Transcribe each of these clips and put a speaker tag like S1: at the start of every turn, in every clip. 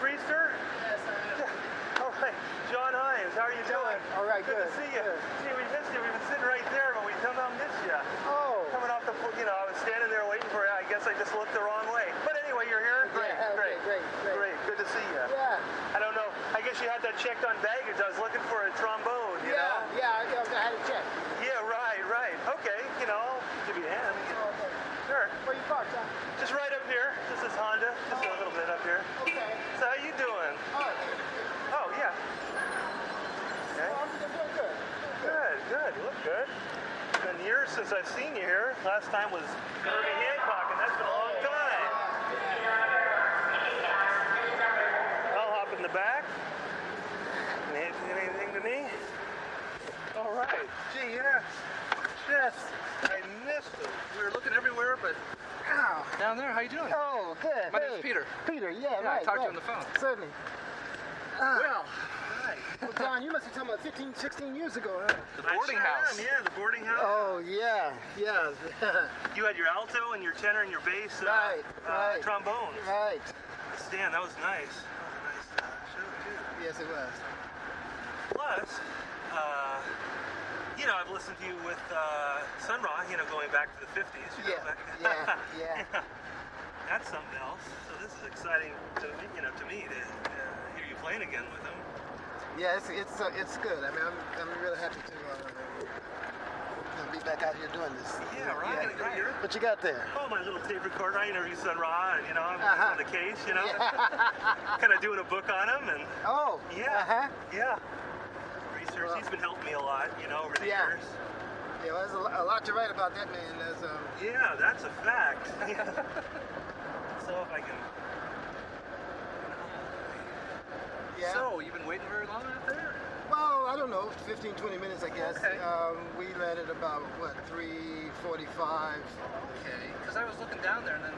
S1: Priester?
S2: Yes, I am.
S1: All right, John Hines, how are you doing?
S3: All right,
S1: Good to
S3: good,
S1: see you.
S3: good.
S1: Gee, we missed you. We've been sitting right there, but we don't miss you.
S3: Oh.
S1: Coming off the, you know, I was standing there waiting for you. I guess I just looked the wrong way. But anyway, you're here. Great,
S3: Yeah,
S1: great,
S3: okay, great, great.
S1: Good to see you.
S3: Yeah.
S1: I don't know. I guess you had that checked on baggage. I was looking for a trombone, you know?
S3: yeah, yeah, I, I had a check.
S1: Yeah, right, right. Okay, you know, give you a hand. Sure.
S3: Where you parked, huh?
S1: Just right up here. This is Honda. Just a little bit up here.
S3: Okay.
S1: So how you doing?
S3: All right. Well,
S1: Oh, yeah. Okay.
S3: I'm doing good. Doing good.
S1: Good, good. You look good. It's been years since I've seen you here. Last time was Herbie Hancock, and that's been a long time. I'll hop in the back. Anything, anything to me? All right. Gee, yeah. Just, I missed it. We were looking everywhere, but
S3: Ow.
S1: down there. How you doing?
S3: Oh, good.
S4: My name's
S3: Hey.
S4: Peter.
S3: Peter, yeah,
S4: Yeah, I
S3: right.
S4: talked
S3: right.
S4: to you on the phone.
S3: Certainly. Ah,
S4: Well,
S1: Hi.
S3: well, John, you must be talking about 15, 16 years ago, huh?
S4: the
S1: I
S4: boarding
S1: sure
S4: house.
S1: am, Yeah, the boarding house.
S3: Oh, yeah, yeah.
S1: You had your alto and your tenor and your bass. Uh,
S3: Right,
S1: uh,
S3: right.
S1: Trombone.
S3: right.
S1: Stan, that was nice. That was a nice uh, show, too.
S3: Yes, it was.
S1: Plus, uh, you know, I've listened to you with uh, Sun Ra, you know, going back to the 50s. You know,
S3: Yeah,
S1: back-
S3: yeah, yeah.
S1: That's something else. So this is exciting to me, you know, to me to uh, hear you playing again with them.
S3: Yeah, it's it's uh, it's good. I mean, I'm, I'm really happy to uh, uh, be back out here doing this.
S1: Yeah, right.
S3: Yeah.
S1: right. You're-
S3: What you got there?
S1: Oh, my little tape recorder. I interview Sun Ra, and you know, I'm
S3: Uh-huh.
S1: on the case, you know, kind of doing a book on him, and
S3: Oh.
S1: Yeah.
S3: Uh-huh.
S1: yeah, research.
S3: Well-
S1: He's been helping me a lot, you know, over the
S3: Yeah.
S1: years.
S3: Yeah, well, there's a, lo- a lot to write about that man. There's um,
S1: Yeah, that's a fact. so if I can.
S3: yeah.
S4: So, Oh, you've been waiting very long out there?
S3: well, I don't know, 15, 20 minutes, I guess.
S4: Okay.
S3: Um, we landed about what 3:45.
S4: Okay, because I was looking down there and then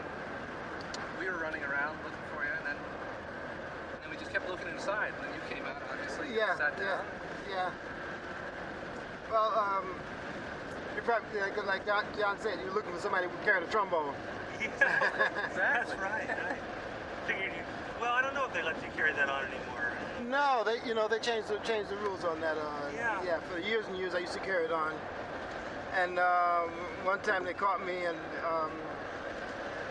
S4: we were running around looking for you and then and then we just kept looking inside and then you came out obviously. and
S3: Yeah.
S4: Sat
S3: Yeah.
S4: down.
S3: Yeah. Well, um, you probably like, like John John said, you're looking for somebody who can carry the trombone.
S1: Yeah, that's
S4: Exactly.
S1: right. right. Figured you. Well, I don't know if they let you carry that on anymore.
S3: No, they you know they changed the changed the rules on that. Uh,
S1: Yeah.
S3: For years and years, I used to carry it on, and um, one time they caught me and um,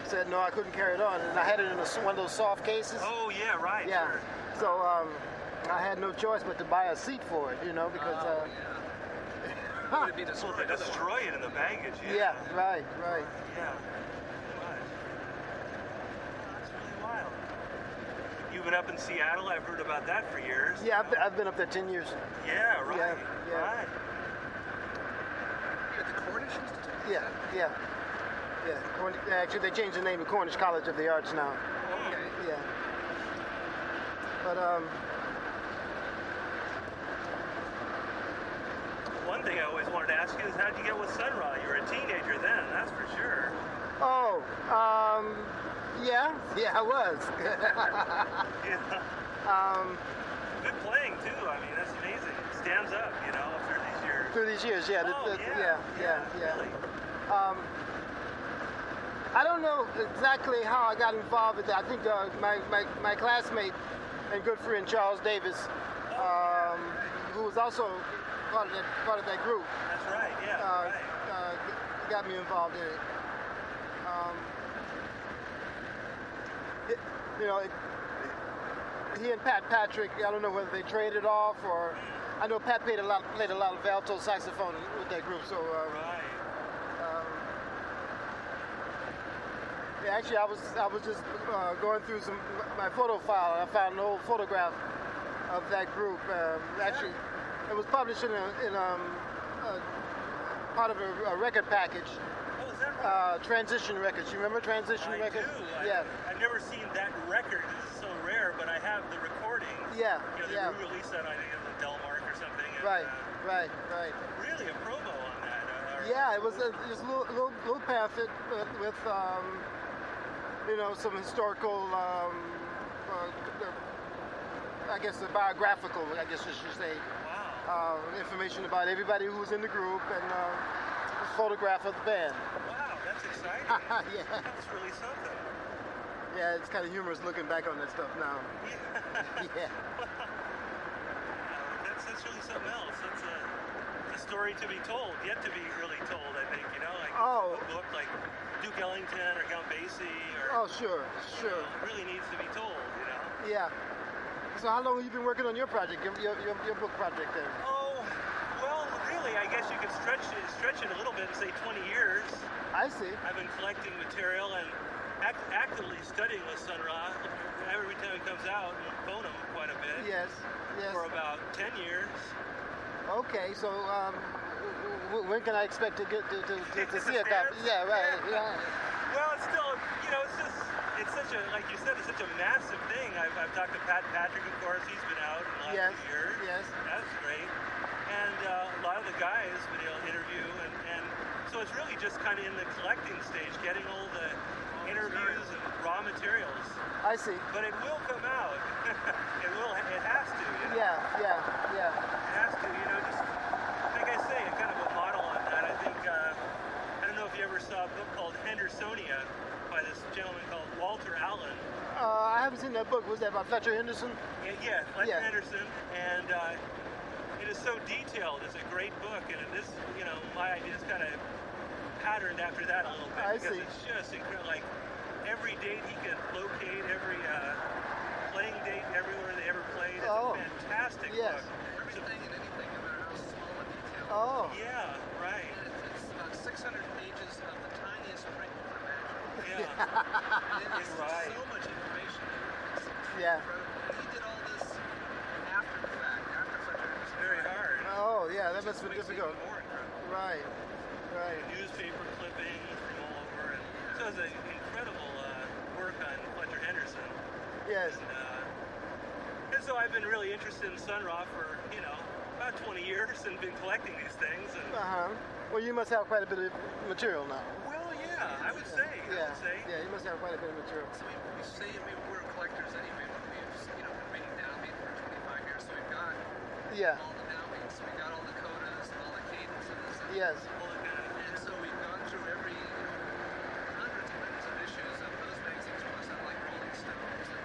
S3: said no, I couldn't carry it on, and I had it in a s one of those soft cases.
S1: Oh yeah, right.
S3: yeah.
S1: sure.
S3: So um, I had no choice but to buy a seat for it, you know, because
S4: Oh,
S3: uh,
S4: yeah.
S3: huh.
S4: Would it be
S1: Well,
S4: destroyed?
S1: they destroy it in the baggage.
S3: yeah, right, right.
S1: Yeah. Right. That's really wild. You've been up in Seattle. I've heard about that for years.
S3: Yeah, I've been, I've been up there ten years.
S1: Yeah. Right.
S3: Yeah, yeah.
S1: Right.
S4: You're at the Cornish Institute?
S3: Yeah, yeah, yeah. Corn- Actually, they changed the name to Cornish College of the Arts now.
S4: Okay.
S3: Yeah. But um.
S1: One thing I always wanted to ask you is how'd you get with Sun Ra? You were a teenager then, that's for sure.
S3: Oh, um, yeah, yeah, I was.
S1: Yeah.
S3: um,
S1: Good playing too. I mean, that's amazing. Stands up, you know, after these years.
S3: through these years, yeah,
S1: oh,
S3: the- the-
S1: yeah,
S3: yeah, yeah.
S1: Really.
S3: Um, I don't know exactly how I got involved with that. I think uh, my, my, my classmate and good friend Charles Davis,
S1: Oh,
S3: um, who was also part of that, part of that group,
S1: That's right. Yeah.
S3: uh,
S1: right.
S3: uh, g- got me involved in it. Um, it you know, it, he and Pat Patrick. I don't know whether they traded off or. I know Pat played a lot played a lot of alto saxophone with that group. So uh,
S1: Right.
S3: um, yeah, actually, I was I was just uh, going through some my photo file and I found an old photograph of that group. Um, actually, it was published in a, in um, a, part of a, a record package,
S1: Oh, is that right?
S3: uh, Transition Records. You remember Transition
S1: I
S3: Records?
S1: do. I,
S3: Uh, yeah,
S1: I've never seen that record. It's so rare, but I have the recording.
S3: yeah,
S1: You know, they
S3: yeah.
S1: re-released that I think it was Delmark or something. And,
S3: Right,
S1: Uh,
S3: right, right.
S1: really a promo on that. Uh, or-
S3: Yeah, it was a, just a little, little, little pamphlet with, with um, you know, some historical, um, uh, I guess, the biographical, I guess you should say,
S1: Wow.
S3: uh, information about everybody who was in the group and uh, a photograph of the band.
S1: Wow. That's exciting.
S3: yeah,
S1: That's really something.
S3: Yeah, it's kind of humorous looking back on that stuff now. Yeah.
S1: that's, that's really something else. That's a, a story to be told, yet to be really told, I think, you know? Like,
S3: Oh.
S1: a book like Duke Ellington or Count Basie or,
S3: Oh, sure,
S1: you know,
S3: sure.
S1: it really needs to be told, you know?
S3: Yeah. So how long have you been working on your project, your, your, your, your book project then?
S1: Oh, well, really, I guess you could stretch it, stretch it a little bit and say 20 years.
S3: I see.
S1: I've been collecting material and act, actively studying with Sun Ra. Every time it comes out, I phone him quite a bit
S3: Yes, yes.
S1: for about 10 years.
S3: Okay, so um, w- w- when can I expect to get to, to, to, to see a copy?
S1: Yes.
S3: Yeah, right. Yeah.
S1: Well, it's still, you know, it's just, it's such a, like you said, it's such a massive thing. I've, I've talked to Pat Patrick, of course. He's been out in the last
S3: Yes,
S1: few years.
S3: yes.
S1: That's great. And uh, a lot of the guys been able to interview. And, and so it's really just kind of in the collecting stage, getting all the interviews and raw materials.
S3: I see.
S1: But it will come out. it will. It has to. You know?
S3: Yeah, yeah, yeah.
S1: It has to. You know, just like I say, I'm kind of a model on that. I think. Uh, I don't know if you ever saw a book called Hendersonia by this gentleman called Walter Allen.
S3: Uh, I haven't seen that book. Was that by Fletcher Henderson?
S1: Yeah, yeah Les
S3: Yeah.
S1: Henderson, and uh, it is so detailed. It's a great book, and it is. You know, my ideas kind of patterned after that a little bit
S3: I
S1: because
S3: see.
S1: it's just incredible. Like every date he could locate, every uh, playing date, everywhere they ever played. It's
S3: Oh.
S1: a fantastic
S3: Yes.
S1: book.
S4: Everything and anything, no matter how small a detail.
S3: Oh,
S1: Yeah, right.
S4: And it's- It's about 600 pages of the tiniest print you can imagine.
S1: Yeah.
S4: There's
S1: Right.
S4: so much information. It's
S3: yeah.
S4: incredible. And he did all this after the fact, after Fletcher Henderson.
S1: Very hard.
S3: Oh, yeah. That must have been
S4: Makes it even
S3: difficult.
S4: more incredible.
S3: Right, right.
S1: Newspaper clippings from all over. And so it's an incredible uh, work on Fletcher Henderson.
S3: Yes.
S1: And, uh, and so I've been really interested in Sun Ra for, you know, about 20 years and been collecting these things.
S3: Uh
S1: And,
S3: huh. Well, you must have quite a bit of material now.
S1: well, yeah, I would say. I
S3: Yeah.
S1: would say.
S3: Yeah. You must have quite a bit of material.
S4: So we, we say we were collectors anyway, but we've you know been reading downbeat for 25 years, so we've got
S3: Yeah.
S4: all the downbeats, we got all the codas, and all the cadences. And,
S3: Yes.
S1: All the kind of-
S4: and so we've gone through every you know, hundreds and hundreds of issues of those magazines plus on like Rolling Stones and,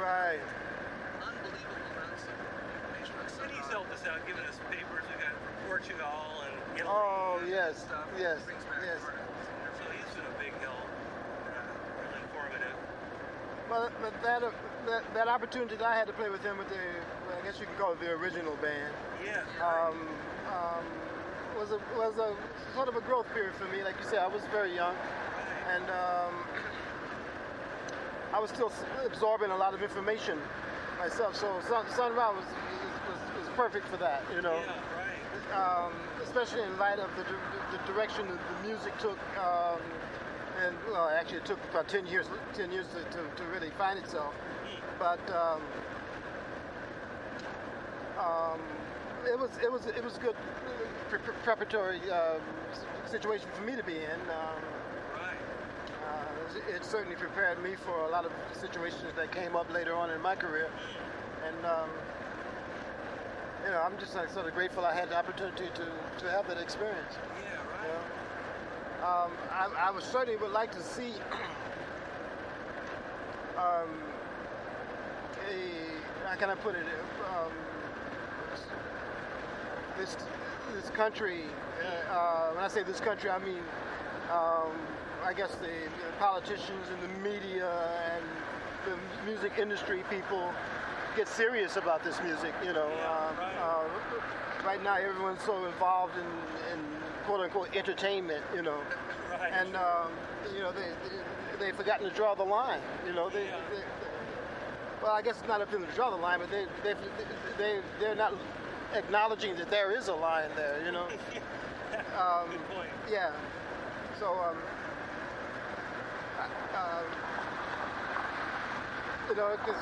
S3: Right.
S4: and unbelievable amounts of information on
S1: And he's helped us out, giving us papers. We got from Portugal and Italy.
S3: Oh, yes.
S4: stuff.
S3: Yes.
S4: brings back
S3: Yes.
S4: articles and
S1: So
S4: everything.
S1: he's been a big help. Uh, really informative.
S3: Well, but that, uh, that that opportunity that I had to play with him with the, well, I guess you could call it the original band,
S1: Yeah.
S3: um, um, was a was a sort of a growth period for me. Like you said, I was very young, and um, I was still s- absorbing a lot of information myself. So Sun, Sun Ra was, was was perfect for that, you know.
S1: Yeah, right.
S3: Um, especially in light of the, di- the direction that the music took, um, and well, actually it took about ten years, ten years to, to, to really find itself. But um, um, it was it was it was a good pre- pre- preparatory um, s- situation for me to be in. Um,
S1: Right.
S3: uh, it- it certainly prepared me for a lot of situations that came up later on in my career, and um, you know, I'm just like sort of grateful I had the opportunity to, to have that experience.
S1: Yeah,
S3: You
S1: right.
S3: know? um, I, I would certainly would like to see um, a how can I put it? Um, this this country. Uh, uh, when I say this country, I mean um, I guess the, the politicians and the media and the music industry people get serious about this music. You know,
S1: Yeah,
S3: Um,
S1: right.
S3: uh, right now everyone's so involved in, in quote unquote entertainment. You know
S1: Right.
S3: and um, you know they, they they've forgotten to draw the line. You know they,
S1: Yeah.
S3: they, well, I guess it's not up to them to draw the line, but they they they they're not acknowledging that there is a line there. You know, um,
S1: Good point.
S3: yeah. So um, I- um, you know, 'cause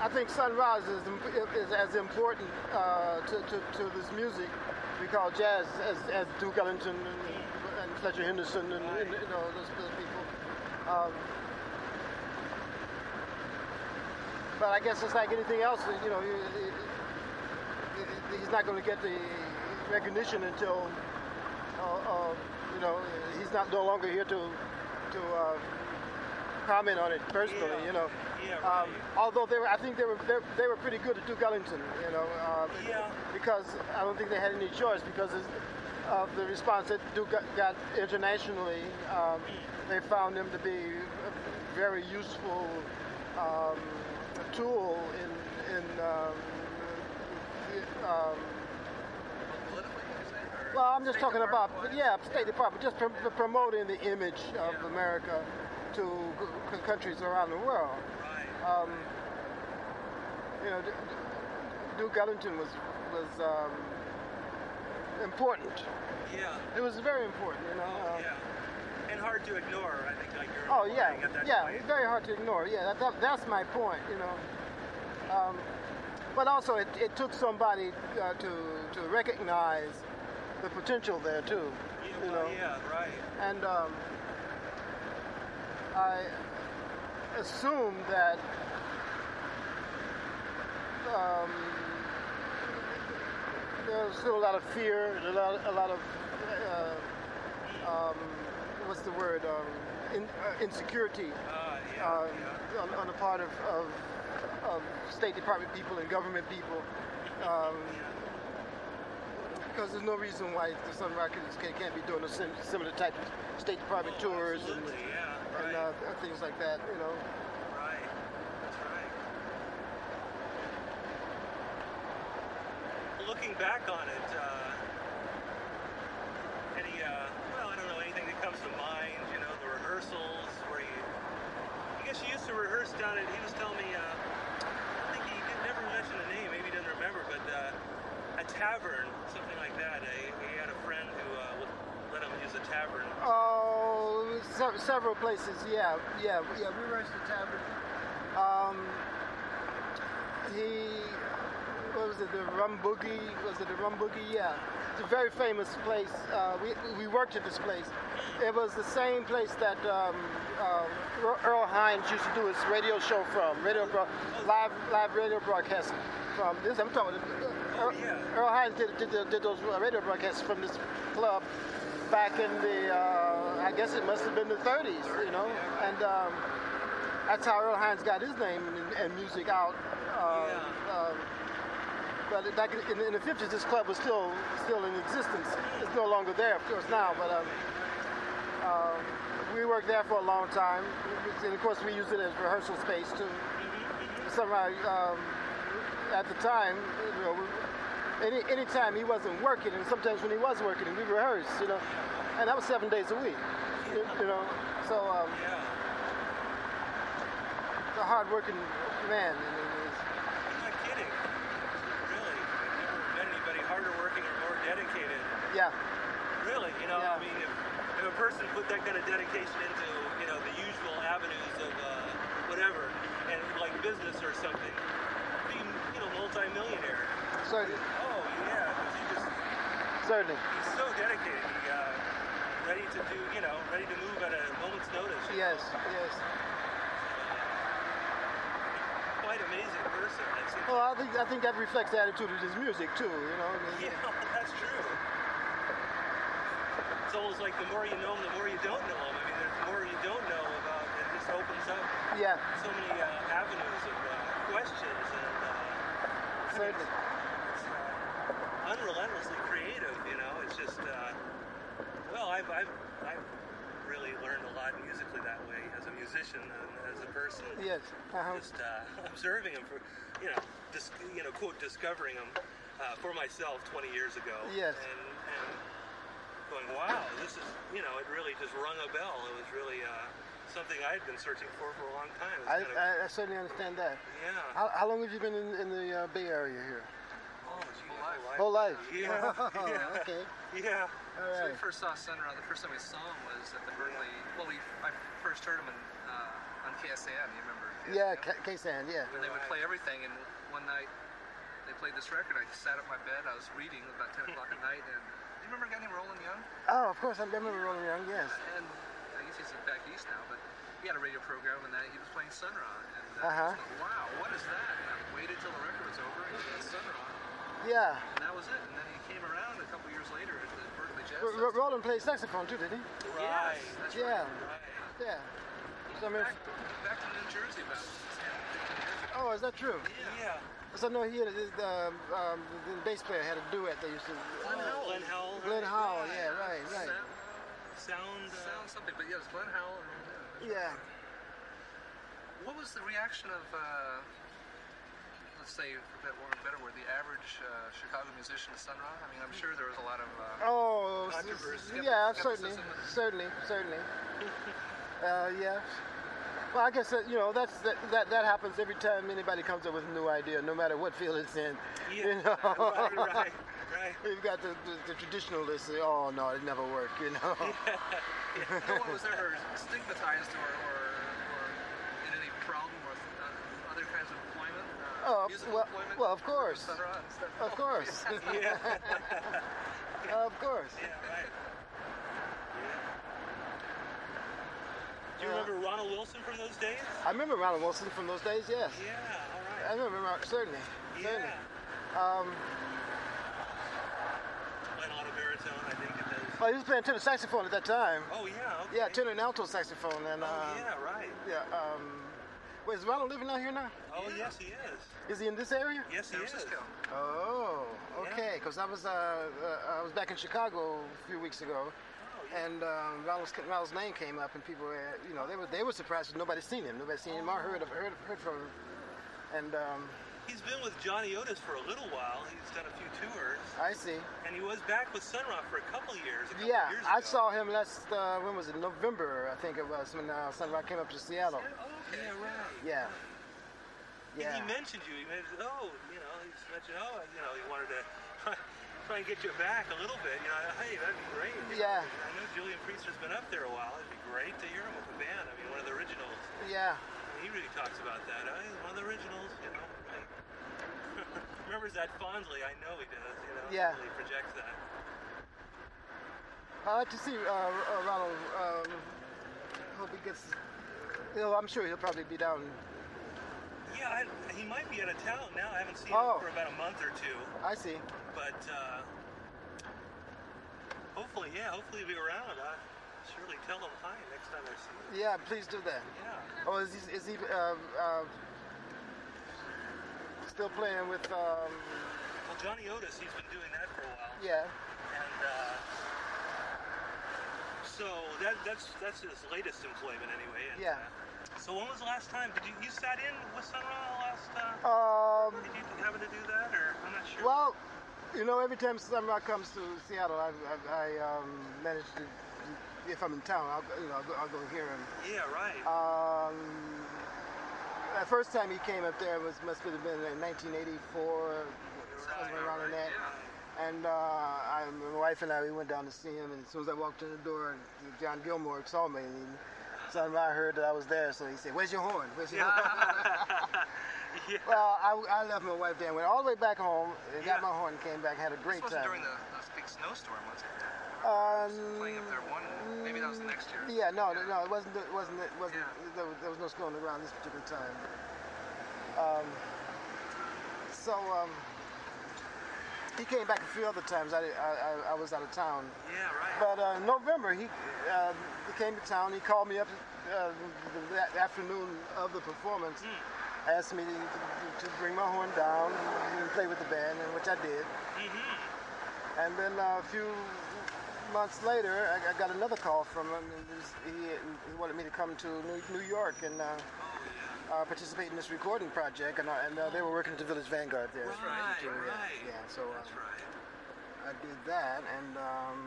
S3: I think Sunrise is, im- is as important uh, to, to, to this music we call jazz as, as Duke Ellington and, and Fletcher Henderson and, and, you know those, those people. Um, but I guess it's like anything else, you know, you- you- he's not going to get the recognition until, uh, uh, you know, he's not no longer here to to uh, comment on it personally,
S1: Yeah.
S3: you know.
S1: Yeah,
S3: Um,
S1: right.
S3: although they were, I think they were they, they were pretty good at Duke Ellington, you know, um,
S1: Yeah.
S3: because I don't think they had any choice because of- of the response that Duke got, got internationally. Um, they found him to be a very useful um, tool in in um, the- um,
S4: Politically, you say? Or
S3: well, I'm just
S4: State
S3: talking about
S4: Department-wise?
S3: yeah, State Department, just pr- promoting the image of
S4: Yeah.
S3: America to c- c- countries around the world.
S4: Right.
S3: um, you know, D- D- Duke Ellington was was um, important.
S1: Yeah. oh,
S3: It was very important, you know. uh,
S1: Yeah. And hard to ignore, I think, like you're
S3: Oh yeah,
S1: implying at that
S3: yeah.
S1: point.
S3: It's very hard to ignore. Yeah, that, that, that's my point, you know. Um, but also, it, it took somebody uh, to to recognize the potential there too,
S1: Yeah,
S3: you
S1: well,
S3: know.
S1: yeah, right.
S3: And um, I assume that um, there's still a lot of fear, a lot, a lot of uh, um, what's the word? Um, in, uh, insecurity
S1: Uh, yeah,
S3: uh,
S1: yeah.
S3: on, on the part of, of, of State Department people and government people.
S1: oh,
S3: Um, because there's no reason why the Sun Rockets can't, can't be doing a sim- similar type of State Department tours and,
S1: Absolutely, yeah. Right.
S3: and uh, things like that, you know.
S1: right. That's right. Looking back on it, uh, any, uh, well, I don't know, anything that comes to mind, you know, the rehearsals where you, I guess you used to rehearse down at, he was telling me, uh, I think he did never mention the name, maybe he doesn't remember, but uh, a tavern, something like that. Uh, he- he had a friend who uh, would let him use a tavern.
S3: Oh, se- several places. Yeah, yeah, yeah. We were at the tavern. Um, he, what was it? The Rum Boogie? Was it the Rum Boogie? Yeah, it's a very famous place. Uh, we we worked at this place. It was the same place that um, uh, Earl- Earl Hines used to do his radio show from, radio bro- live live radio broadcast from. This I'm talking. uh, Earl,
S1: yeah.
S3: Earl Hines did, did, the- did those radio broadcasts from this club back in the, uh, I guess it must have been the 30s, you know? And um, that's how Earl Hines got his name and, and music out. Um,
S1: Yeah.
S3: um, but back in, in the 50s, this club was still still in existence. It's no longer there, of course, now, but um, um, we worked there for a long time. And of course, we used it as rehearsal space, too somehow um, at the time, you know, we- any anytime he wasn't working, and sometimes when he was working, we rehearsed, you know, and that was seven days a week, you, you know. So um,
S1: Yeah,
S3: he's a hard-working man. And he's,
S1: I'm not kidding. Really, I've never met anybody harder working or more dedicated.
S3: yeah,
S1: Really, you know, I
S3: Yeah.
S1: mean, if, if a person put that kind of dedication into, you know, the usual avenues of uh, whatever, and like business or something, being, you know, multimillionaire.
S3: certainly,
S1: Oh yeah, 'cause he just
S3: certainly,
S1: he's so dedicated. He, uh, ready to do, you know, ready to move at a moment's notice. you
S3: yes,
S1: know.
S3: yes.
S1: Quite amazing person. That seems
S3: Well, I think I think that reflects the attitude of his music too, you know. I mean,
S1: Yeah, that's true. It's almost like the more you know him, the more you don't know him. I mean, the more you don't know about it, just opens up
S3: yeah,
S1: so many uh, avenues of uh, questions and uh,
S3: certainly.
S1: it's, uh, unrelentlessly creative. You know, it's just uh, well, I've, I've I've really learned a lot musically that way as a musician and as a person.
S3: Yes. Uh-huh.
S1: Just uh, observing him for, you know, dis- you know, quote discovering him uh, for myself 20 years ago.
S3: Yes.
S1: And, and going, wow, this is, you know, it really just rung a bell. It was really uh, something I'd been searching for for a long time. It's
S3: I,
S1: kind of,
S3: I, I certainly understand that.
S1: yeah.
S3: How, how long have you been in, in the uh, Bay Area here?
S1: oh, gee,
S3: Whole life. Oh,
S1: Yeah. yeah.
S3: okay.
S1: Yeah.
S3: All
S4: So
S3: right.
S4: we first saw Sun Ra. The first time we saw him was at the Berkeley. Well, we I first heard him in, uh, on KSAM. You remember?
S3: Yeah,
S4: KSAM?
S3: K- K-San, yeah.
S4: And they would play everything. And one night they played this record. I sat up in my bed. I was reading about 10 o'clock at night. And do you remember a guy named Roland Young?
S3: Oh, of course, I remember Rolling Young, yes.
S4: And I guess he's back east now, but he had a radio program, and that he was playing Sun Ra. And uh, I
S3: Uh-huh.
S4: was like, wow, what is that? And I waited till the record was over and he had Sun Ra,
S3: Yeah.
S4: and that was it. And then he came around a couple years later at the Berkeley Jazz.
S3: R- R- Roland plays saxophone too, did he?
S4: Festival. yes, that's
S3: Yeah.
S4: right.
S3: Yeah.
S4: He
S3: I mean,
S4: back, back to New Jersey about 10, 15 years ago.
S3: oh, is that true?
S1: Yeah.
S3: Because I know he had a, um, um, the bass player had a duet. They used to. uh,
S4: Glenn Howell.
S1: Glenn Howell.
S3: Glenn
S1: right?
S3: Howell, yeah, right, right.
S4: Sound,
S1: Sound. Uh,
S4: sound something, but yeah, it was Glenn Howell. And,
S3: Yeah.
S4: what was the reaction of, uh, let's say, for better word, better word, the average uh, Chicago musician to Sun Ra? I mean, I'm sure there was a lot of. Uh,
S3: Oh, s-
S4: Controversy.
S3: s- yeah,
S4: Skepticism.
S3: certainly, certainly, certainly. uh, yeah. Well, I guess that, you know that's that, that that happens every time anybody comes up with a new idea, no matter what field it's in.
S1: yeah.
S3: You know?
S1: right, right, right.
S3: You've got the, the, the traditionalists say, "Oh no, it never worked," you know.
S4: no one was ever stigmatized or, or, or in any problem with uh, other kinds of employment. Uh,
S3: Oh,
S4: musical
S3: well-
S4: employment,
S3: well, of course. Oh,
S4: Sun Ra and stuff.
S3: Of course.
S1: Yeah.
S3: of course.
S1: Yeah, right. Yeah. Do you
S3: Yeah.
S1: remember Ronald Wilson from those days?
S3: I remember Ronald Wilson from those days. Yes,
S1: Yeah, all
S3: I
S1: right.
S3: remember Ron- certainly. Certainly.
S1: Yeah.
S3: Um,
S1: Playing a lot of baritone, I think, at those.
S3: oh, he was playing tenor saxophone at that time.
S1: Oh, yeah. Okay.
S3: Yeah, tenor and alto saxophone, and uh,
S1: Oh, yeah, right.
S3: yeah. Um, wait, is Ronald living out here now?
S1: Oh, yes, he is.
S3: Is he in this area?
S1: Yes, he
S4: San
S1: is.
S4: Francisco.
S3: Oh, okay. Because I was uh, uh, I was back in Chicago a few weeks ago,
S1: Oh, yeah.
S3: and um, Ronald's, Ronald's name came up, and people were you know they were they were surprised that nobody's seen him, nobody's seen him or heard of heard heard from him, and um,
S1: He's been with Johnny Otis for a little while. He's done a few tours,
S3: I see.
S1: and he was back with Sun Ra for a couple years. A couple
S3: Yeah,
S1: years
S3: I
S1: ago.
S3: saw him last uh, when was it November I think it was when uh, Sun Ra came up to Seattle.
S4: Yeah, oh, okay.
S1: Yeah, right.
S3: Yeah,
S1: And
S3: yeah.
S1: he mentioned you. He mentioned, oh, you know, he just mentioned, oh, you know, he wanted to try, try and get you back a little bit. You know, hey, that'd be great. you know.
S3: Yeah.
S1: I know Julian Priester's been up there a while. It'd be great to hear him with the band. I mean, one of the originals.
S3: Yeah,
S1: He really talks about that. Oh, he's one of the originals, you know. Right. Remembers that fondly. I know he does. You know.
S3: Yeah.
S1: He projects that.
S3: I like to see uh, uh, Ronald. Um, hope he gets. You know, I'm sure he'll probably be down.
S1: Yeah, I, he might be out of town now. I haven't seen
S3: Oh.
S1: him for about a month or two.
S3: I see.
S1: But uh, hopefully, yeah, hopefully he'll be around. I surely tell him hi next time I see him.
S3: Yeah, please do that.
S1: Yeah.
S3: Oh, is he, is he um, uh, still playing with? Um,
S1: Well, Johnny Otis, he's been doing that for a while.
S3: yeah.
S1: And uh, so that, that's that's his latest employment anyway. And,
S3: Yeah.
S1: uh, so when was the last time? Did you you sat in with Sun Ra last? Uh,
S3: Um,
S1: did you happen to do that, or I'm not sure.
S3: well, you know, every time Slamrock comes to Seattle, I, I, I um, manage to, if I'm in town, I'll, go- you know, I'll, go, I'll go hear him.
S1: yeah, right.
S3: uh, Um, the first time he came up there was must have been in 1984,
S1: Right,
S3: somewhere around in that.
S4: Yeah.
S3: And uh, I, my wife and I, we went down to see him, and as soon as I walked in the door, John Gilmore saw me. And son, I heard that I was there, so he said, "Where's your horn? Where's your horn?"
S1: yeah.
S3: well, I, I left my wife there, and went all the way back home, and
S1: Yeah.
S3: got my horn, came back, had a great
S4: This wasn't
S3: time.
S4: during the, the big snowstorm, was it? Playing up
S3: um,
S4: there one, maybe that was the next year.
S3: yeah, no, no, no, it wasn't. It wasn't. It wasn't.
S4: Yeah.
S3: There, was, there was no snow on the ground this particular time. Um, so um, he came back a few other times. I, I, I, I was out of town.
S1: Yeah, right.
S3: But uh, in November, he, um he came to town. He called me up uh, the, the afternoon of the performance,
S1: Hmm.
S3: asked me to, to, to bring my horn down and play with the band, and which I did.
S1: Mm-hmm.
S3: And then uh, a few months later, I, I got another call from him. And he, was, he, he wanted me to come to New, New York and uh,
S1: Oh,
S3: uh, participate in this recording project. And, uh, and uh, they were working at the Village Vanguard there.
S1: Right,
S3: Yeah,
S1: right.
S3: Yeah, so um,
S4: That's right.
S3: I did that, and um,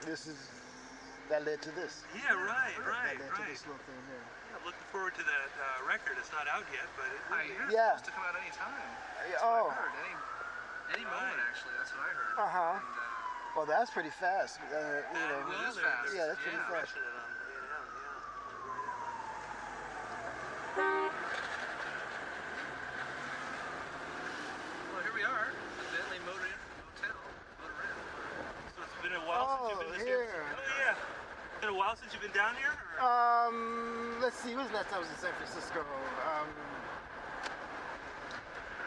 S3: this is that led to this.
S1: Yeah, right, right,
S3: that led to
S1: right.
S3: this little thing here.
S1: Yeah, looking forward to that uh, record. It's not out yet, but it will
S4: I
S1: be.
S4: hear
S3: Yeah.
S4: it's supposed to come out any time.
S3: Yeah,
S4: That's
S3: oh,
S4: what I heard. Any, any moment, actually. That's what I
S3: uh huh.
S4: heard. And, uh,
S3: Well, that's pretty fast. Uh, you
S1: Yeah,
S3: know,
S1: well,
S4: it is
S1: they're- they're
S4: fast.
S3: yeah, that's pretty
S4: Yeah.
S3: fast.
S1: rushing it on. Yeah, yeah,
S4: Well, here we are, the Bentley Motor Hotel. Motor Inn.
S1: yeah. So it's been a while since
S3: Oh,
S1: you've been to
S3: here. Oh.
S1: San Francisco. Oh, yeah. Been a while since you've been down here? Or?
S3: Um, let's see. When was the last time I was in San Francisco? Um,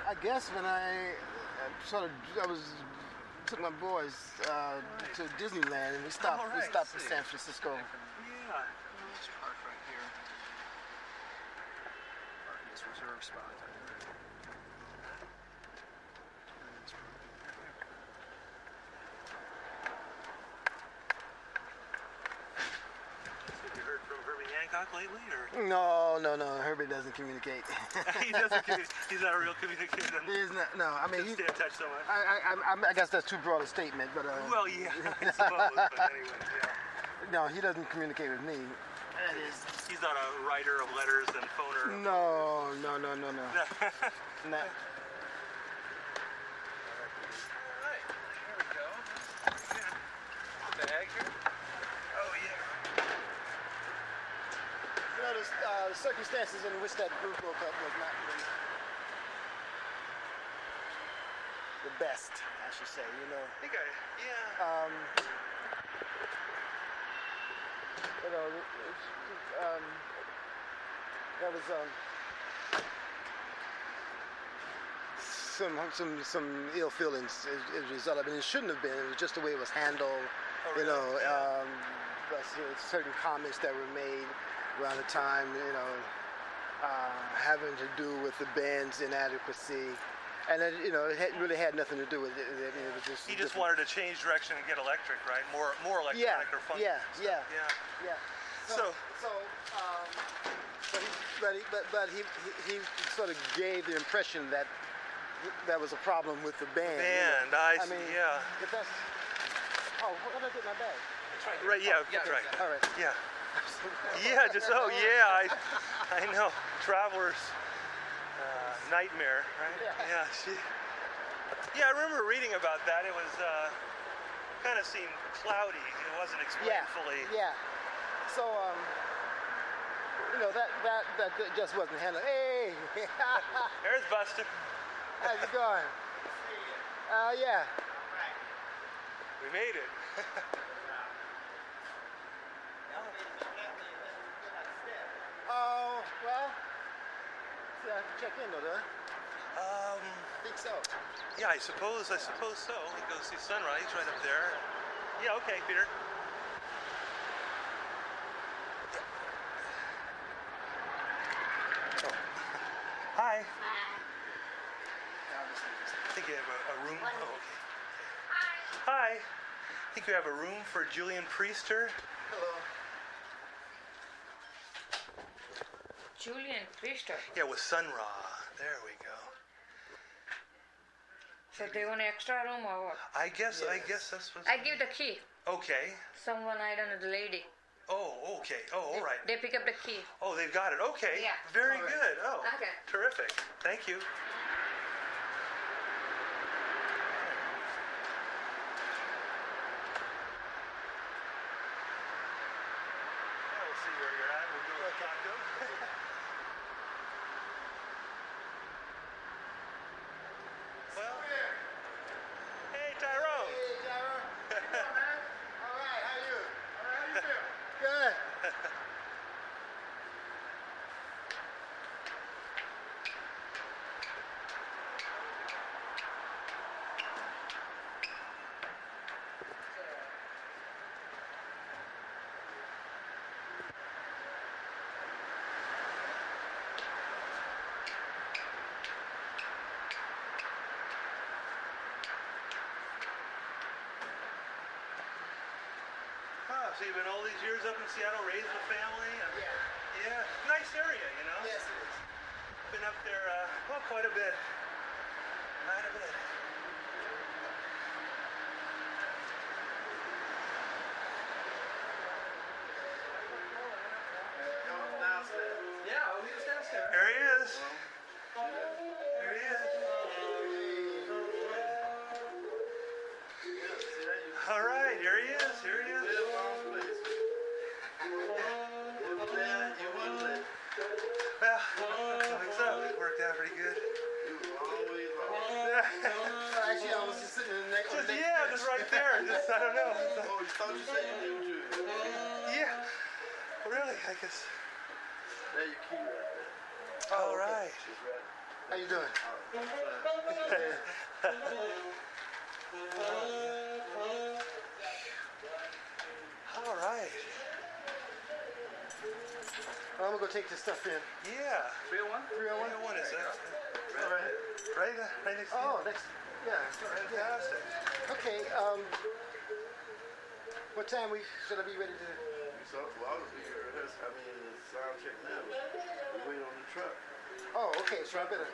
S3: I guess when I uh, sort of I was took my boys uh, to Disneyland and we stopped.
S4: All right,
S3: we stopped in
S4: see.
S3: San Francisco.
S4: Back in
S1: yeah.
S4: this park right here. his reserve spot.
S1: Have you heard from Herbie Hancock lately, or
S3: No, no, no. Herbert doesn't communicate.
S1: he doesn't? Commu- he's not a real communicator.
S3: He's not. No, I mean,
S1: Just
S3: he,
S1: stay in touch so much.
S3: I, I, I'm- I, guess that's too broad a statement, but uh,
S1: Well, yeah, I suppose. But anyway, yeah.
S3: no, he doesn't communicate with me.
S1: He's not a writer of letters and phoner. Oh, of-
S3: No, no, no, no, no. Not,
S4: Alright, here we go. The bag here.
S1: oh yeah.
S3: you know, the uh, circumstances in which that group broke up was not the, the best, I should say. You know.
S1: I think I. Yeah.
S3: um, you know, it's, um, there was um, some some some ill feelings as, as a result. I mean, it shouldn't have been. It was just the way it was handled.
S1: Oh,
S3: You know, um, but s- certain comments that were made around the time. You know, uh, having to do with the band's inadequacy. And it, you know, it had, really had nothing to do with it. I mean, it was just
S1: He just
S3: different-
S1: wanted to change direction and get electric, right? More, more
S3: Yeah,
S1: electronic or funk.
S3: yeah, yeah,
S1: Yeah.
S3: yeah.
S1: So-
S3: so, um, but he, but he, but, but he, he, he sort of gave the impression that that was a problem with the band. you
S1: Band,
S3: know.
S1: I
S3: I
S1: see,
S3: mean,
S1: yeah.
S3: If that's, oh, what did I get in my bag?
S1: Right. Yeah.
S4: yeah,
S1: right.
S3: All right.
S1: Yeah. Yeah. Just oh yeah. I, I know. Traveler's uh, nightmare. Right.
S3: Yeah.
S1: Yeah. She. Yeah. I remember reading about that. It was uh, kind of seemed cloudy. It wasn't explained
S3: Yeah.
S1: fully.
S3: Yeah. So, um, you know that that that, that just wasn't handled. Hey, how's
S1: There's Buster.
S3: it going? Uh, yeah.
S1: We made it.
S3: Oh, well, see, I have to check in though, do
S1: Um.
S3: Think so.
S1: Yeah. I suppose. I suppose so. We go see sunrise right up there. Yeah. Okay, Peter. Oh. Hi. I think you have a, a room. Oh, okay. Hi. I think you have a room for Julian Priester.
S3: Hello.
S2: Julian Priester.
S1: Yeah, with Sun Ra. There we go.
S2: So they want extra room or what?
S1: I guess. I guess that's what's.
S2: I give the key.
S1: okay.
S2: Someone I don't know the lady.
S1: Oh, okay. Oh, all right.
S2: They pick up the key.
S1: Oh, they've got it. Okay.
S2: Yeah.
S1: Very
S3: All right.
S1: good. Oh.
S2: Okay.
S1: Terrific. Thank you. We'll see where you're at. We'll go to Taco. well, hey, Tyrone.
S3: Good.
S1: Oh, so you've been all these years up in Seattle, raised a family. And yeah. Nice area, you know?
S3: Yes, it is.
S1: Been up there, uh, well, quite a bit. Quite a bit.
S4: Yeah, oh, he was downstairs.
S1: There he is. There he is. All right, here he is. Here he is. Well, I think so. Worked out pretty good. just,
S3: Well, Actually, I was just sitting in the next on the next
S1: yeah,
S3: bench.
S1: just right there. Just, I don't know. It's like-
S5: Oh, you thought you said you knew Judy.
S1: Yeah, really, I guess.
S5: There you keep right there.
S1: All right.
S5: She's ready.
S3: How you doing?
S1: All right.
S3: I'm gonna go take this stuff in.
S1: Yeah.
S4: 301?
S3: 301?
S1: 301 is that?
S3: All right.
S1: Right, uh, right next to you?
S3: Oh, next. Yeah. yeah.
S1: Fantastic.
S3: Okay. Um, what time we should I be ready to?
S5: So, well, I was here, rehearsing. I mean, the sound check now, we wait on the truck.
S3: Oh, okay. So I better.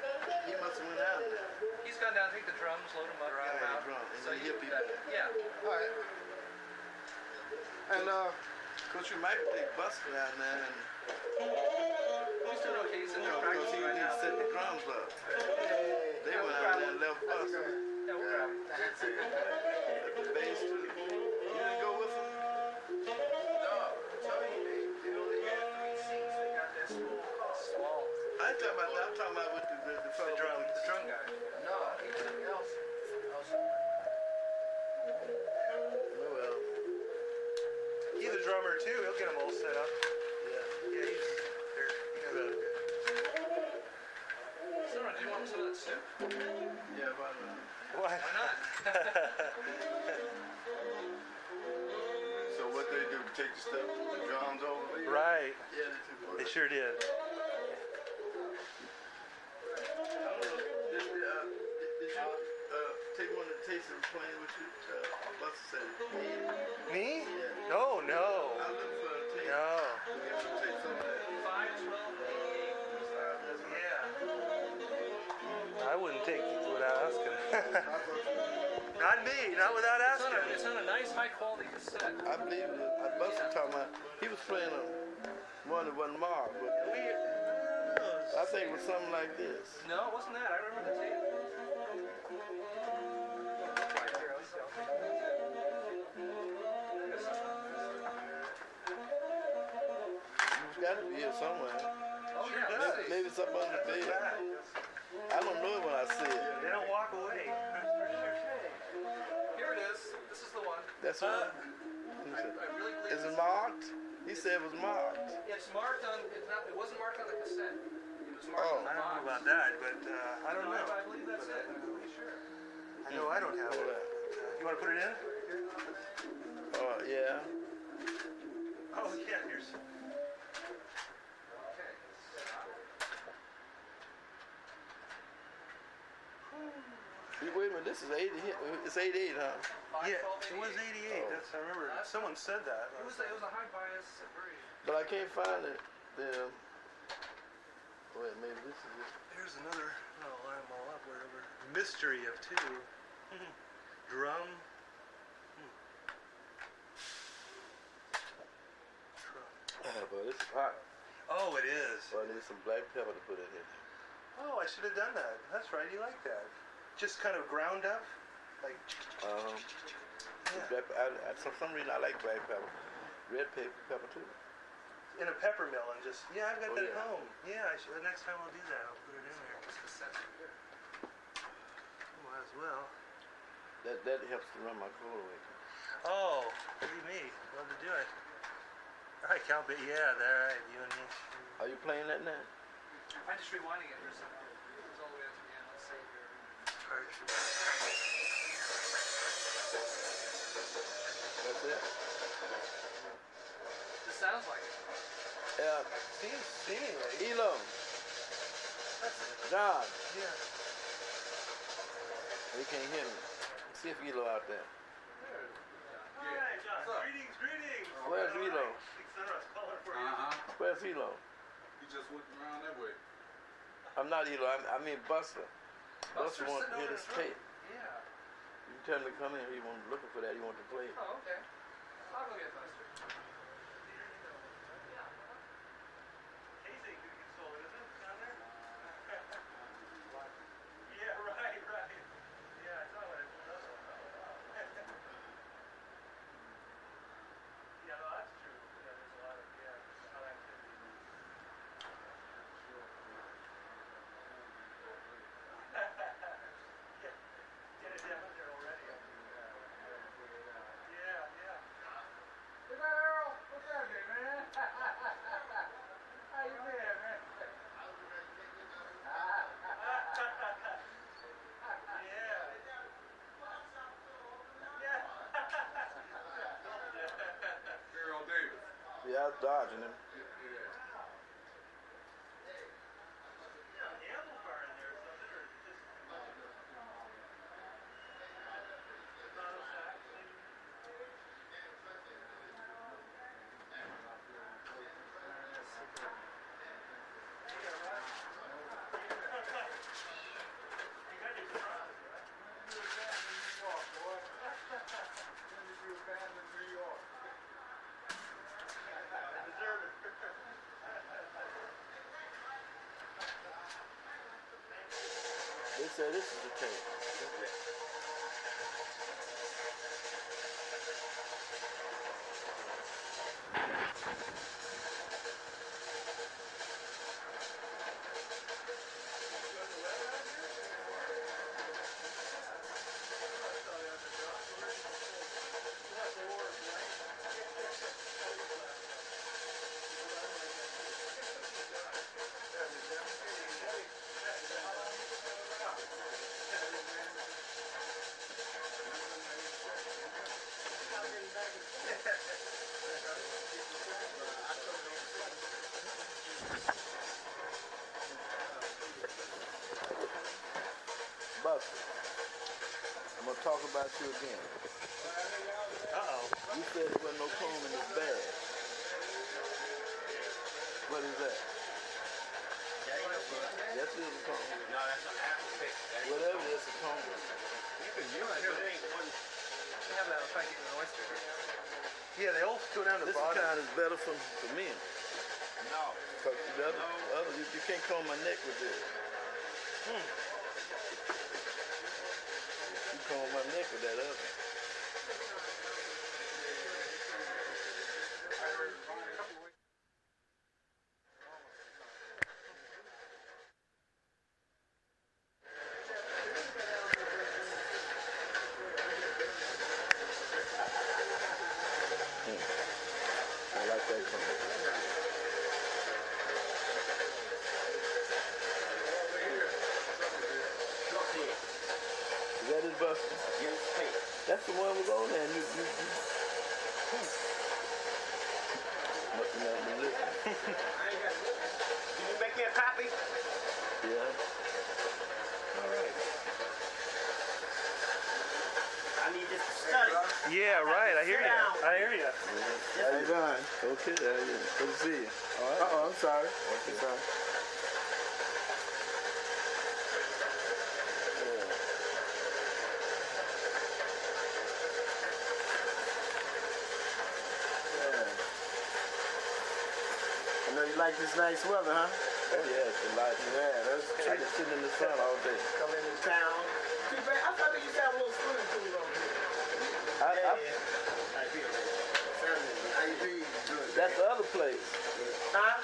S5: He must have went out now.
S4: He's gone down, take the drums, load them up, get
S5: Right,
S4: them out.
S5: drum, and
S4: So
S5: then
S4: you,
S5: hippie.
S4: that, yeah.
S3: All right. And uh,
S5: Cause you might take Buster down there and,
S4: He's doing okay, he's in
S5: you
S4: there
S5: know, cause he
S4: practicing right
S5: didn't
S4: now.
S5: set the drums up.
S3: hey,
S5: They went out there and left Buster.
S4: Yeah, we'll grab him.
S5: The bass too. You didn't go with him?
S4: Small.
S5: I ain't talking about, that. I'm talking about with the, with the fellow.
S1: The drum,
S5: with
S1: the drum guy.
S5: Oh, well,
S1: He's a drummer too. He'll get them all set up.
S5: yeah.
S1: Yeah, he's there. He knows how to do it.
S4: Summer, do you want some of that soup?
S5: Yeah, but, uh,
S1: What?
S4: Why not?
S5: So what they do, take the stuff, the drums over?
S1: Right.
S5: Yeah, they
S1: They
S5: took.
S1: sure did.
S5: I don't know, did, did, uh, did, did you, uh, take one of the tastes and playing with you? Uh, Buster said, yeah.
S1: Me? No, no,
S5: I look for a taste.
S1: no.
S5: You get some taste of that.
S4: Five, twelve, eighty-eight.
S5: That's right.
S1: Yeah. I wouldn't take it without asking. not me. Not without
S4: It's on a,
S1: asking.
S4: it's on a nice, high quality cassette.
S5: I believe it. I Buster talking about, he was playing a, one that wasn't marked, but
S1: We,
S5: I think it was something like this.
S4: No, it wasn't that. I remember the tape. Right here, I'll show you. This is-
S5: It's got to be here somewhere.
S4: Oh, yeah,
S1: does.
S4: this is-
S5: Maybe it's up under the
S1: that's a
S5: bed.
S1: fact.
S5: I don't know it when I see it.
S1: They don't walk away.
S4: Here it is. This is the one.
S5: That's what.
S4: I, I really believe
S5: Is
S4: this
S5: it marked? He said it was marked.
S4: It's marked on. It's not. It wasn't marked on the cassette. It was marked
S5: Oh.
S1: I
S4: on the
S1: don't know about
S4: box.
S1: that, but uh, I don't
S4: No, I,
S1: know.
S4: I believe that's it. I'm pretty sure.
S1: I know I don't have it.
S5: Hold
S1: You want to put it in?
S5: Oh, yeah.
S1: Oh yeah, here's.
S4: Okay.
S5: You- Wait a minute, this is 88. It's 88, huh?
S4: Five,
S1: Yeah,
S4: twelve,
S1: it was 88. That's I remember. Someone said that.
S4: It was. It was a high bias. a Very.
S5: But I can't find it. The, wait, maybe this is it.
S1: There's another. I'll line them all up wherever. Mystery of two. Drum. Drum.
S5: Oh, but it's hot.
S1: Oh, it is.
S5: Well, I need some black pepper to put in here.
S1: Oh, I should have done that. That's right. You like that? Just kind of ground up, like.
S5: Um,
S1: Yeah.
S5: black, I, I, for some reason, I like black pepper. Red pepper, pepper too.
S1: in a pepper mill and just yeah I've got
S5: Oh,
S1: that
S5: yeah.
S1: at home yeah I should, the next time I'll do that I'll put it in there
S4: This cassette. right here.
S1: might as well
S5: That, that helps to run my cold away.
S1: oh leave me love to do it all right Cal but yeah there all right you and me
S5: Are you playing that now?
S4: I'm just rewinding it for a second. It was all the way up to the end. Let's save here.
S1: Arch-
S5: That's it.
S4: This sounds like it.
S5: Yeah.
S1: seems seemingly
S5: Elo, John,
S1: yeah
S5: they can't hear me. See if Elo out there.
S1: Alright, John. Greetings, greetings.
S5: Where's Elo?
S6: Uh-huh.
S5: Where's Elo?
S6: He just went around that way.
S5: I'm not Elo. I'm, I mean Buster. Buster,
S4: Buster's
S5: wants
S4: sitting
S5: to hear
S4: over in
S5: this
S4: his room.
S5: tape.
S4: Yeah.
S5: You tell him to come in. He wasn't looking for that. He wanted to play. it.
S4: Oh, okay. I'll go get Buster.
S6: Harold Davis.
S5: Yeah, I was dodging him.
S6: Yeah.
S5: So this is the tape. Buster, I'm gonna talk about you again.
S1: Uh-oh.
S5: You said there was no comb in this bag. What is that? That's it, a comb.
S7: No, that's an apple pick. That ain't-
S5: Whatever, that's a comb.
S7: There ain't one.
S4: You have that effect in an oyster.
S1: Yeah, they all go down the
S5: This
S1: bottom.
S5: kind is better for, for men.
S7: No.
S5: Cause the other, other you, you can't comb my neck with this. You comb my neck with that other. I like that comb. Is that his Buster?
S7: You pick.
S5: That's the one was on there. You, you, you. Nothing else but listen.
S7: I ain't got Did you make me a copy?
S5: Yeah. All right.
S7: I need this to study.
S1: Yeah, right. I hear
S7: Sit down.
S1: you. I hear you.
S5: How you doing? Okay, how you doing? Good to see you. All right. Uh-oh, I'm sorry. Okay. I'm sorry.
S7: I know you like this nice weather, huh?
S5: Oh, yeah, it's a lot.
S7: Yeah, that's
S5: I just sitting in the sun all day.
S7: Come into town. Too bad. I thought you used to have a little swimming pool over here.
S5: I, I,
S7: I feel it. How you doing? Good.
S5: that's the other place.
S7: Huh?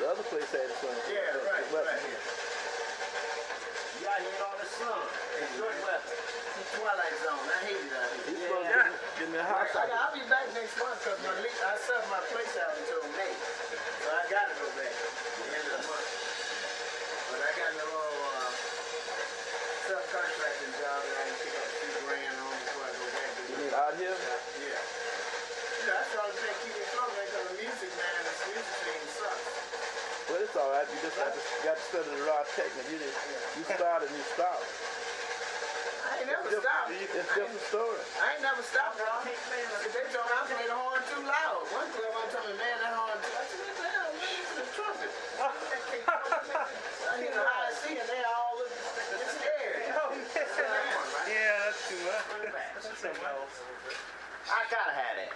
S5: The other place had the sun.
S7: Yeah,
S5: The- the
S7: right,
S5: weather.
S7: right here. You out here in all the sun. It's good weather. It's twilight zone. I hate it out
S5: You
S7: here.
S5: supposed
S1: Yeah.
S5: to give me a
S7: I,
S5: hot
S7: I, I'll be back next month because my lease, I sub my place out until May. So I gotta go back the end of the month. But I got a little uh, subcontracting job that I can pick up a few grand on before I go back to
S5: You
S7: work.
S5: mean out here?
S7: Yeah. You know, that's what I'm saying. Keep it coming because the music, man, this music thing sucks.
S5: Well, it's all right. You just got to, got to study the raw technique. You, just, you start and you stop.
S7: I ain't never
S5: It's
S7: stopped.
S5: it's
S7: I ain't-
S5: different story.
S7: I ain't never stopped, y'all. They told me I played the horn too loud. One club I told me, man, that horn too I said, what the hell, man, this is a trumpet. I hear the high C and they all look they're scared.
S1: Oh, Yeah, that's too much. That's something else.
S7: I gotta have that.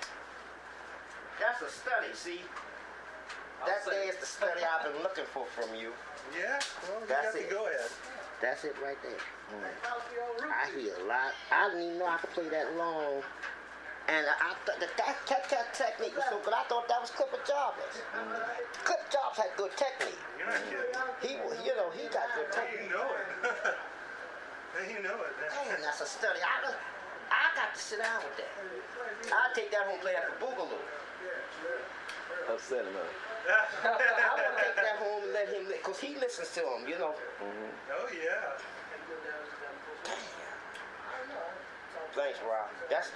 S7: That's a study, see? That
S4: say-
S7: there's the study I've been looking for from you.
S1: Yeah, well, you
S7: That's
S1: got to
S7: it.
S1: go ahead.
S7: That's it right there. I hear a lot. I didn't even know I could play that long. And I thought that that, that, that technique was so good. I thought that was Clipper Jarvis. Clip Jarvis had good technique.
S1: You're not kidding.
S7: He, wa- you know, he got good
S1: You
S7: technique.
S1: know it. you know it.
S7: Dang, that's a study. I, don't- I got to sit down with that. I'll take that home and play that for Boogaloo.
S5: Upsetting us.
S7: I want to take that home and let him, because he listens to him, you know.
S1: Oh, yeah.
S7: Thanks, Rob. That's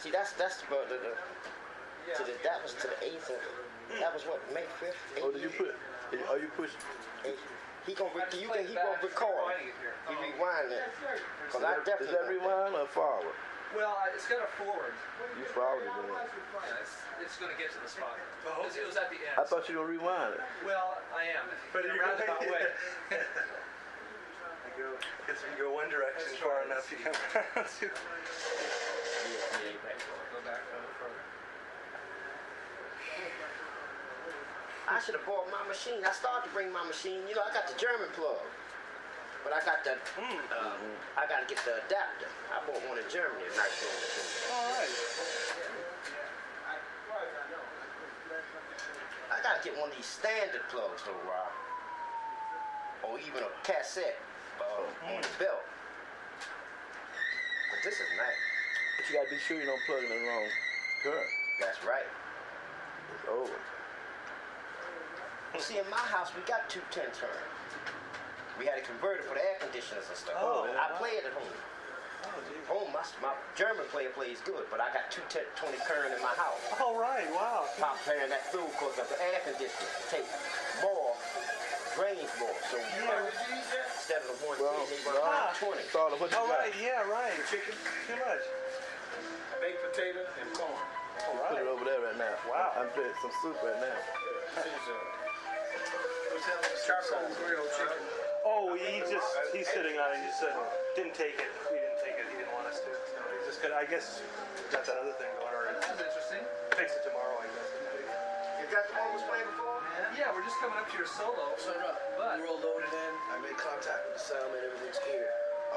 S7: see, that's that's the, the, the to the that was to the eighth of that was what May fifth.
S5: Oh, did you put? did- Oh, you pushed.
S7: He gonna re- you can he gonna record. He rewind it. Cause I definitely
S5: Is that rewind or forward?
S4: Um, Well, I- it's got a forward.
S5: You forwarded it.
S4: Yeah, it's, it's going to get to the spot.
S1: Oh,
S4: It's- It was at the end.
S5: I thought you were gonna rewind it.
S4: well, I am.
S1: But
S4: in a
S1: you're
S4: roundabout
S1: going-
S4: way.
S1: You go, it's, you go one direction far enough, you come around to.
S4: Go back a little further.
S7: I should have bought my machine. I started to bring my machine. You know, I got the German plug. but I got the, uh, I gotta get the adapter. I bought one in Germany, a nice little thing.
S1: All right.
S7: I gotta get one of these standard plugs though, Rob. Or even a cassette uh, on the belt. But this is nice.
S5: But you gotta be sure you don't plug in the wrong current.
S7: That's right.
S5: It's over.
S7: See, in my house, we got two 10 turn. We had a converter for the air conditioners and stuff.
S1: Oh,
S7: I play it at home.
S1: Oh, geez.
S7: Home, my, my German player plays good, but I got two 10, 20 current in my house.
S1: All right. Wow.
S7: Pop pairing that through because of the air conditioner. Take more, drains more. So instead of the 110,
S5: Well,
S7: they run
S5: well,
S7: 120.
S5: Starla, what you
S1: All
S5: got?
S1: right. Yeah. Right. Chicken. Too much.
S8: Baked potato and corn.
S1: All
S5: Put it
S1: right.
S5: over there right now.
S1: Wow.
S5: I'm putting some soup right now.
S8: Charcoal grilled chicken.
S1: Oh, he just he's sitting on it. He just said didn't take it. He didn't take it. He didn't want us to. You know, he just could. I guess he's got that other thing going already.
S4: That's interesting.
S1: Fix it tomorrow. I guess.
S8: Is that the one we was playing before?
S4: Yeah, we're just coming up to your solo. But
S3: We're all loaded in. I made contact with the sound and everything's clear.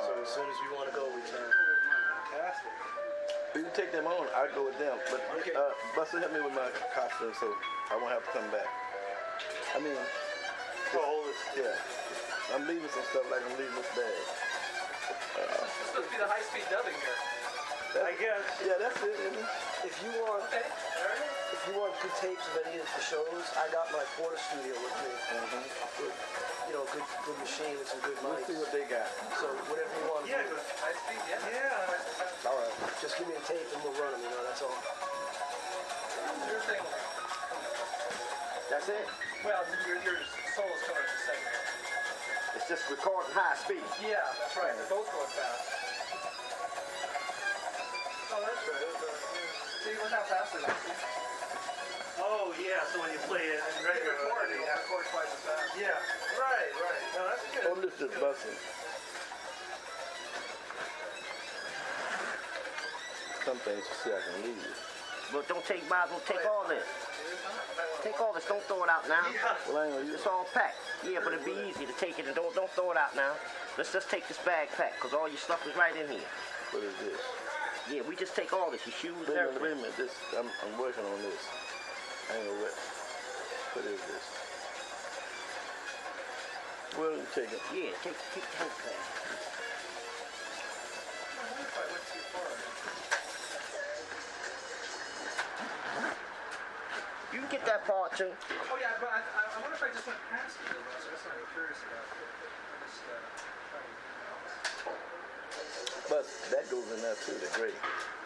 S3: So as soon as we want to go, we can.
S1: Fantastic.
S5: You can take them on. I go with them. But
S3: Okay.
S5: uh, Buster help me with my costume, so I won't have to come back. I mean,
S1: Well, hold this.
S5: yeah, I'm leaving some stuff like I'm leaving this bag.
S4: it's supposed to be the high-speed dubbing here.
S1: I guess.
S5: Yeah, that's it. Isn't it?
S3: If you want,
S4: Okay, all right.
S3: if you want good tapes of any of the shows, I got my Porter studio with me.
S7: Mm-hmm.
S3: With, you know, good, good machine and some good mics.
S5: Let's see what they got.
S3: So whatever you want to
S1: Yeah.
S3: do,
S4: High-speed, yeah.
S1: Yeah.
S3: all right. Just give me a tape and we'll run them. You know, that's all.
S4: Your thing,
S7: That's it.
S4: well, your, your solo's coming up in a second.
S7: It's just recording high speed.
S4: Yeah, that's right. They're both going fast. Oh, that's right. See, look how fast it is.
S1: Oh yeah. So when you play it in regular mode,
S4: Record, you have to record twice as fast.
S1: Yeah. Right. Right. No, that's good.
S5: Oh, this is Buster. Some things you see I can leave.
S7: But don't take, might as well take all this. Take all this. Don't throw it out now.
S5: Well, I ain't gonna use
S7: It's all packed. Yeah, but it'd be easy to take it and don't don't throw it out now. Let's just take this bag packed, cause all your stuff is right in here.
S5: What is this?
S7: Yeah, we just take all this, your shoes,
S5: Wait a minute, wait a
S7: everything.
S5: minute. This, I'm, I'm working on this. I ain't gonna wait. What is this? Well, you take it.
S7: Yeah, take take the whole bag. You can get that part too.
S4: Oh, yeah, but I, I, I wonder if I just went past it. though. That's that's what I'm curious about. I'm just, uh, trying to-
S5: But that goes in there too, the gray.